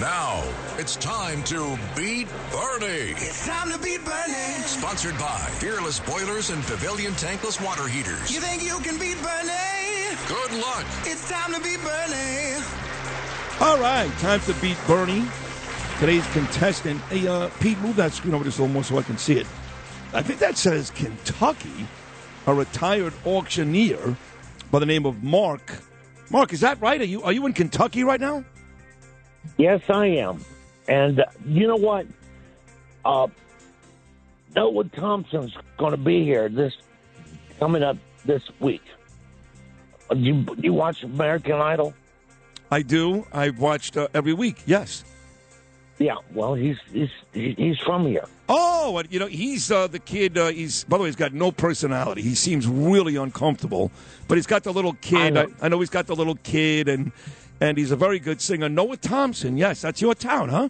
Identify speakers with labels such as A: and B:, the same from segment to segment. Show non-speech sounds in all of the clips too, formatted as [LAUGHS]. A: Now it's time to beat Bernie.
B: It's time to beat Bernie.
A: Sponsored by Fearless Boilers and Pavilion Tankless Water Heaters.
B: You think you can beat Bernie?
A: Good luck.
B: It's time to beat Bernie.
C: All right, time to beat Bernie. Today's contestant, hey, uh, Pete, move that screen over just a little more so I can see it. I think that says Kentucky, a retired auctioneer by the name of Mark. Mark, is that right? Are you are you in Kentucky right now?
D: Yes, I am. And uh, you know what? Uh, Noah Thompson's going to be here this coming up this week. Uh, Do you, do you watch American Idol?
C: I do. I've watched uh, every week. Yes.
D: Yeah. Well, he's he's he- he's from here.
C: Oh, and, you know he's uh, the kid. Uh, he's by the way, he's got no personality. He seems really uncomfortable, but he's got the little
D: I
C: kid.
D: know.
C: I, I know he's got the little kid, and and he's a very good singer. Noah Thompson. Yes, that's your town, huh?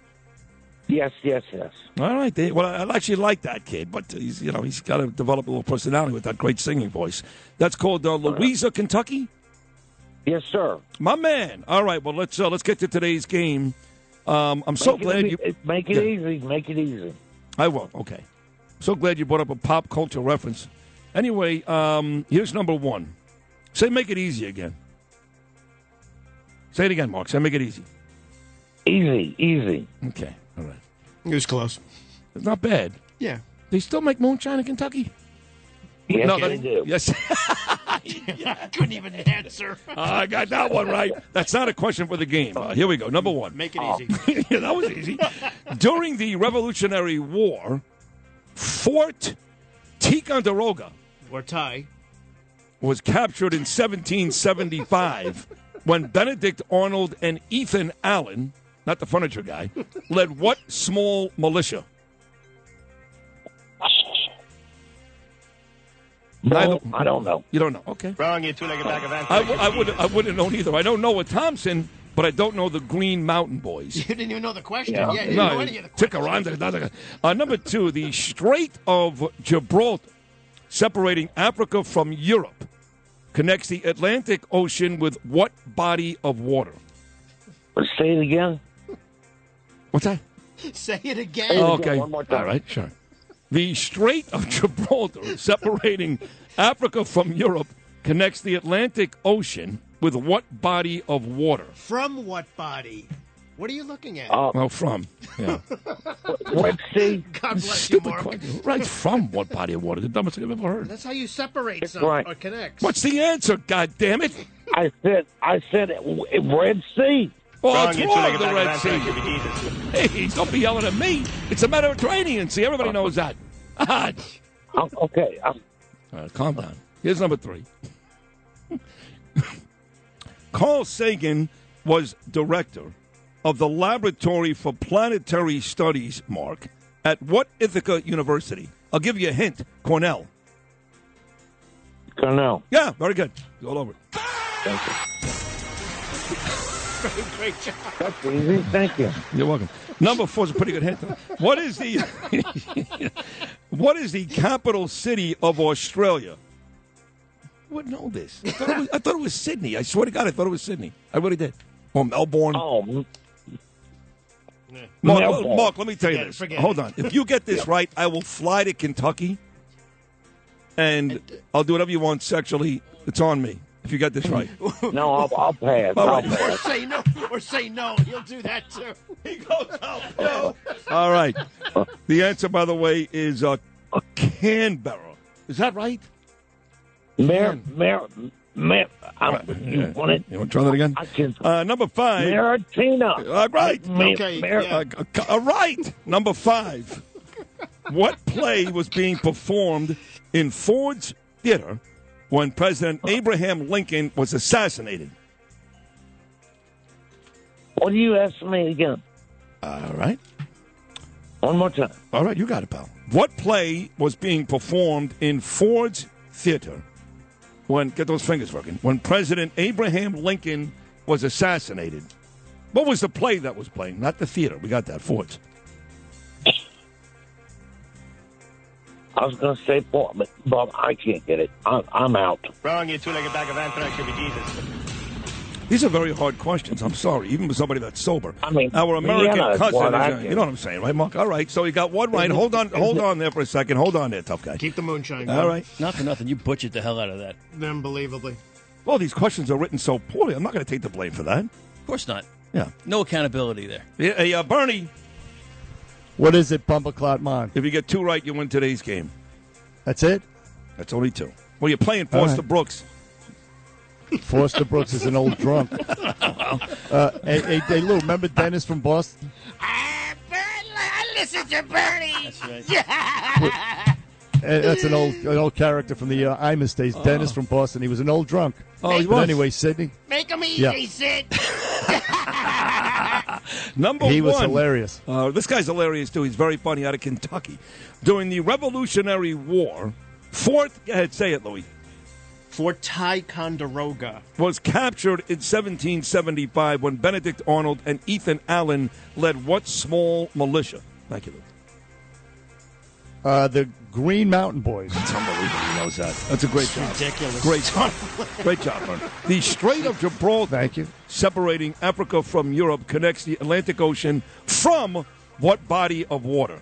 D: Yes, yes, yes.
C: All right. They, well, I I actually like that kid, but he's you know he's got to develop a little personality with that great singing voice. That's called uh, Louisa, Kentucky.
D: Yes, sir.
C: My man. All right. Well, let's uh, let's get to today's game. Um, I'm so
D: Make it
C: glad
D: e-
C: you.
D: make it
C: Yeah.
D: easy. Make it easy.
C: I will. Okay. So glad you brought up a pop culture reference. Anyway, um, here's number one. Say, make it easy again. Say it again, Mark. Say, make it easy.
D: Easy, easy.
C: Okay. All right.
E: It was close.
C: It's not bad.
E: Yeah.
C: They still make moonshine in Kentucky.
D: Yes,
C: no,
D: they
C: that-
D: do.
C: Yes. [LAUGHS]
E: Couldn't even answer.
C: I got that one right. That's not a question for the game. Uh, here we go. Number one. [LAUGHS]
E: Make it easy.
C: yeah, that was
D: [LAUGHS]
C: easy. During the Revolutionary War, Fort Ticonderoga
E: Or tie.
C: was captured in 1775 when Benedict Arnold and Ethan Allen, not the furniture guy, led what small militia?
D: No,
C: Neither-
D: I don't know.
C: You don't know. Okay.
E: Wrong, you two-legged back of
C: I, w- I, would, I wouldn't know either. I don't know what Thompson, but I don't know the Green Mountain Boys. [LAUGHS]
E: You didn't even know the question.
D: Yeah.
E: Yeah, you didn't know
C: No,
E: any of the questions.
C: Ticaranda. Uh, number two, the Strait of Gibraltar, separating Africa from Europe, connects the Atlantic Ocean with what body of water?
D: Say it again.
C: What's that?
E: Say it again.
D: Hey,
C: Oh,
D: again,
C: okay.
D: one more time.
C: All right, sure. The Strait of Gibraltar, separating Africa from Europe, connects the Atlantic Ocean with what body of water?
E: From what body? What are you looking at?
D: Uh,
C: Well, from. Yeah.
D: Let's see.
E: God bless you,
C: Stupid
E: Mark.
C: question. Right, from what body of water? The dumbest thing I've ever heard.
E: That's how you separate some
D: right.
E: or connect.
C: What's the answer, God damn it?
D: I said. I said it, it- Red Sea.
C: Oh, it's wrong, the Red Sea. Hey, don't be yelling at me. It's the Mediterranean Sea. Everybody knows that. God.
D: Uh, okay. Uh,
C: All right, calm down. Here's number three. [LAUGHS] Carl Sagan was director of the Laboratory for Planetary Studies, Mark, at what Ithaca University? I'll give you a hint Cornell.
D: Cornell.
C: Yeah, very good. All over it.
E: Great job.
D: That's easy. Thank you.
C: You're welcome. Number four is a pretty good hint. What is the [LAUGHS] What is the capital city of Australia? I wouldn't know this. I thought, it was, I thought it was Sydney. I swear to God, I thought it was Sydney. I really did. Or Melbourne.
D: Oh, m-
C: Mark,
D: Melbourne.
C: Mark, let me tell you
E: Forget it,
C: this.
E: forget
C: Hold
E: it.
C: on. If you get this right, I will fly to Kentucky, and I'll do whatever you want sexually. It's on me. If you get this
E: [LAUGHS]
C: right.
D: no, I'll, I'll pass. I'll
E: or
D: pass.
E: say no. Or say no. He'll do that too. [LAUGHS] He goes out.
C: All right. The answer, by the way, is uh, Canberra. Is that right?
D: Mer, mer, mer. I,
C: Yeah.
D: you want it?
C: You want to try that again?
D: I can.
C: Uh, number five.
D: Maratina.
C: All right.
D: Mer-
E: Okay,
D: mer-
E: yeah.
C: Uh, c- all right. Number five. What play was being performed in Ford's Theater when President Abraham Lincoln was assassinated?
D: What do you estimate again?
C: All right.
D: One more time.
C: All right, you got it, pal. What play was being performed in Ford's Theater when, get those fingers working, when President Abraham Lincoln was assassinated? What was the play that was playing? Not the theater. We got that, Ford's.
D: I was going to say Bob, but Bob, I can't get it. I'm, I'm out.
E: Wrong, you two-legged bag of anthrax should be Jesus.
C: These are very hard questions. I'm sorry, even for somebody that's sober.
D: I mean,
C: our American
D: yeah, that's
C: cousin.
D: what I
C: Is,
D: do.
C: you know what I'm saying, right, Mark? All right. So you got one right. Hold on, hold on there for a second. Hold on there, tough guy.
E: Keep the moonshine going.
C: All right.
F: Not for nothing. You butchered the hell out of that.
E: Unbelievably.
C: Well, these questions are written so poorly. I'm not going to take the blame for that.
F: Of course not.
C: Yeah.
F: No accountability there.
C: Yeah, Hey, uh, Bernie,
G: What is it, Bumper Clot Mon?
C: if you get two right, you win today's game.
G: That's it?
C: That's only two. Well, you're playing Foster
G: right.
C: Brooks.
G: Forster Brooks is an
C: [LAUGHS]
G: old drunk. Uh, hey, hey, hey, Lou, remember Dennis from Boston?
F: That's right.
G: Uh, that's an old an old character from the uh, Imus days. Dennis from Boston. He was an old drunk.
C: Oh, he
G: But
C: was.
G: anyway, Sydney,
H: Make them easy,
G: Yeah.
H: Sid.
C: Number
G: he was
C: Oh, one.
G: hilarious.
C: Uh, this guy's hilarious too. He's very funny out of Kentucky. During the Revolutionary War, Fort go ahead, say it, Louis,
E: Fort Ticonderoga.
C: was captured in 1775 when Benedict Arnold and Ethan Allen led what small militia? Thank you. Lou.
G: Uh, the Green Mountain Boys.
C: It's unbelievable. He knows that. That's a great job.
E: Ridiculous.
C: Great job. great job, Bernie. The Strait of Gibraltar.
G: Thank you.
C: separating Africa from Europe connects the Atlantic Ocean from what body of water?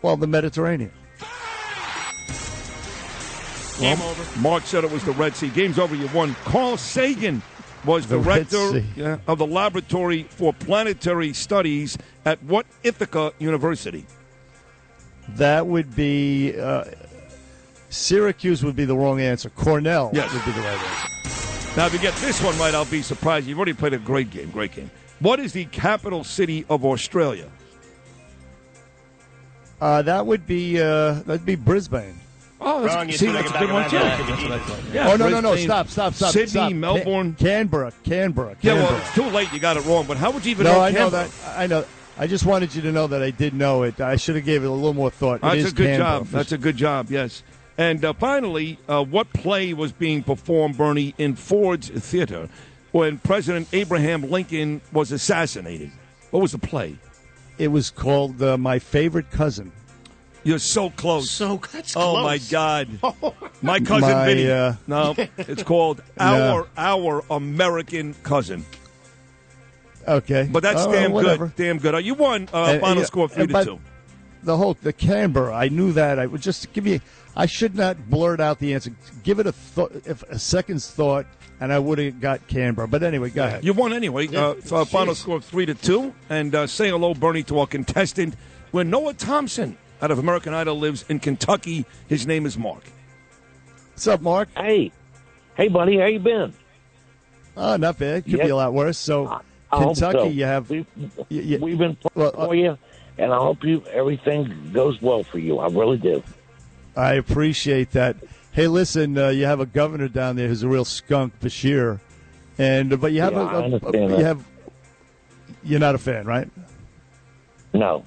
G: Well, the Mediterranean.
E: Game over.
C: Mark said it was the Red Sea. Game's over. You won. Carl Sagan was
G: The Red
C: director
G: Sea.
C: yeah, of the Laboratory for Planetary Studies at what Ithaca University?
G: That would be uh, Syracuse. Would be the wrong answer. Cornell
C: Yes.
G: would be the right answer.
C: Now, if you get this one right, I'll be surprised. You've already played a great game. Great game. What is the capital city of Australia?
G: Uh, that would be uh, that'd be Brisbane.
C: Oh, that's,
E: Wrong, you
C: see,
E: two
C: that's a
E: legged
C: good
E: bag
C: one,
E: of
C: too.
E: anthrax should be Jesus.
C: Yeah,
G: oh no no no!
C: Brisbane,
G: Stop stop stop!
C: Sydney,
G: stop. Ca-
C: Melbourne.
G: Canberra, Canberra, Canberra.
C: Yeah, well, it's too late. You got it wrong. But how would you even
G: no,
C: know
G: I know
C: Canberra?
G: that. I know. I just wanted you to know that I did know it. I should have gave it a little more thought. it
C: That's
G: is
C: a good
G: Canberra.
C: job. That's a good job. Yes. And uh, finally, uh, what play was being performed, Bernie, in Ford's Theater when President Abraham Lincoln was assassinated? What was the play?
G: It was called uh, My Favorite Cousin.
C: You're so close.
E: So that's
C: oh
E: close.
C: my God, my cousin
G: My,
C: Vinny.
G: uh,
C: No, it's
G: [LAUGHS]
C: called
G: No.
C: our our American cousin.
G: Okay,
C: But that's
G: All right,
C: damn
G: Oh, whatever.
C: good. Damn good. Uh, you won. Uh,
G: And-
C: final
G: yeah,
C: score three
G: and
C: to
G: by-
C: two.
G: The whole the Canberra. I knew that. I would just give you. I should not blurt out the answer. Give it a thought, if a second's thought, and I would have got Canberra. But anyway, go ahead.
C: You won anyway. Uh, so our final
E: Jeez.
C: score of three to two. And uh, say hello, Bernie, to our contestant. Where Noah Thompson out of American Idol lives in Kentucky. His name is Mark.
G: What's up, Mark?
D: Hey, hey, buddy, how you been?
G: Oh, not bad. Could
D: Yep.
G: be a lot worse. So,
D: I- Uh, I hope
G: Kentucky,
D: so.
G: you have.
D: We've,
G: you- you-
D: we've been praying
G: Well, uh,
D: for you, and I hope you everything goes well for you. I really do.
G: I appreciate that. Hey, listen, uh, you have a governor down there who's a real skunk, Bashir, and uh, but you have
D: Yeah, I
G: a, a,
D: understand that.
G: you have you're not a fan, right?
D: No,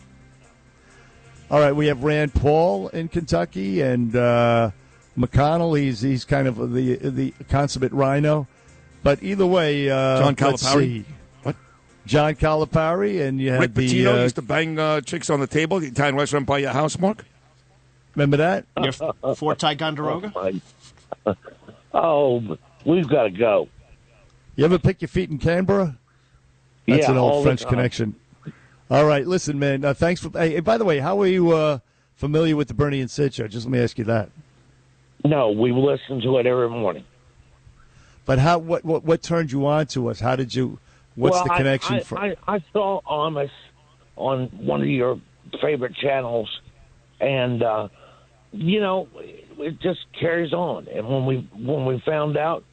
G: All right, we have Rand Paul in Kentucky and uh, McConnell. He's he's kind of the the consummate rhino, but either way, uh,
C: John
G: let's
C: Calipari?
G: see.
C: What?
G: John Calipari, and you had
C: Rick
G: the
C: Pitino
G: uh,
C: used to bang uh, chicks on the table. The Italian restaurant by your house, Mark.
G: remember that?
E: You're f- Fort Ticonderoga?
D: I, [LAUGHS] oh, we've got to go.
G: You ever pick your feet in Canberra? That's
D: Yeah,
G: an
D: all
G: old
D: the
G: French
D: time.
G: connection. All right, listen, man. Uh, thanks for. Hey, by the way, how are you uh, familiar with the Bernie and Sid show? Just let me ask you that.
D: No, we listen to it every morning.
G: But how? What? What, what turned you on to us? How did you? What's
D: Well,
G: the
D: I-
G: connection?
D: I,
G: for
D: I, I saw Amos on one of your favorite channels, and uh, you know, it just carries on. And when we when we found out,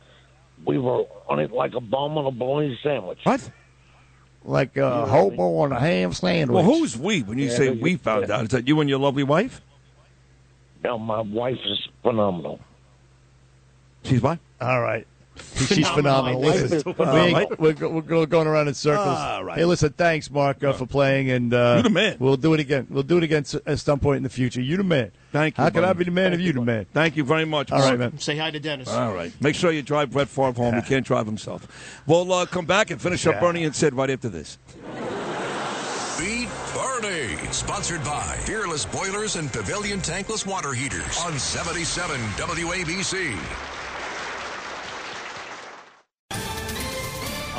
D: we were on it like a bomb on a bologna sandwich.
C: What?
G: like a hobo on a ham sandwich?
C: Well, who's we? When you say we found out, is that you and your lovely wife?
D: Now my wife is phenomenal.
C: She's what? [LAUGHS]
G: All right. She's phenomenal.
D: Life
G: Listen,
D: is
G: we
D: phenomenal.
G: ain't- we're, go- we're go- going around in circles.
C: All right.
G: Hey, listen, thanks, Mark, uh, for playing, and uh,
C: You the man.
G: We'll do it again. We'll do it again s- at some point in the future. You the man.
C: Thank you,
G: How can I
C: buddy.
G: be the man if you the man?
C: Thank you very much.
G: All right,
C: Mark.
G: man.
E: Say hi to Dennis.
C: All right. Make sure you drive Brett Favre home. He can't drive himself. We'll uh, come back and finish up
G: Yeah.
C: Bernie and Sid right after this.
A: Beat Bernie. Sponsored by Fearless Boilers and Pavilion Tankless Water Heaters on 77 WABC.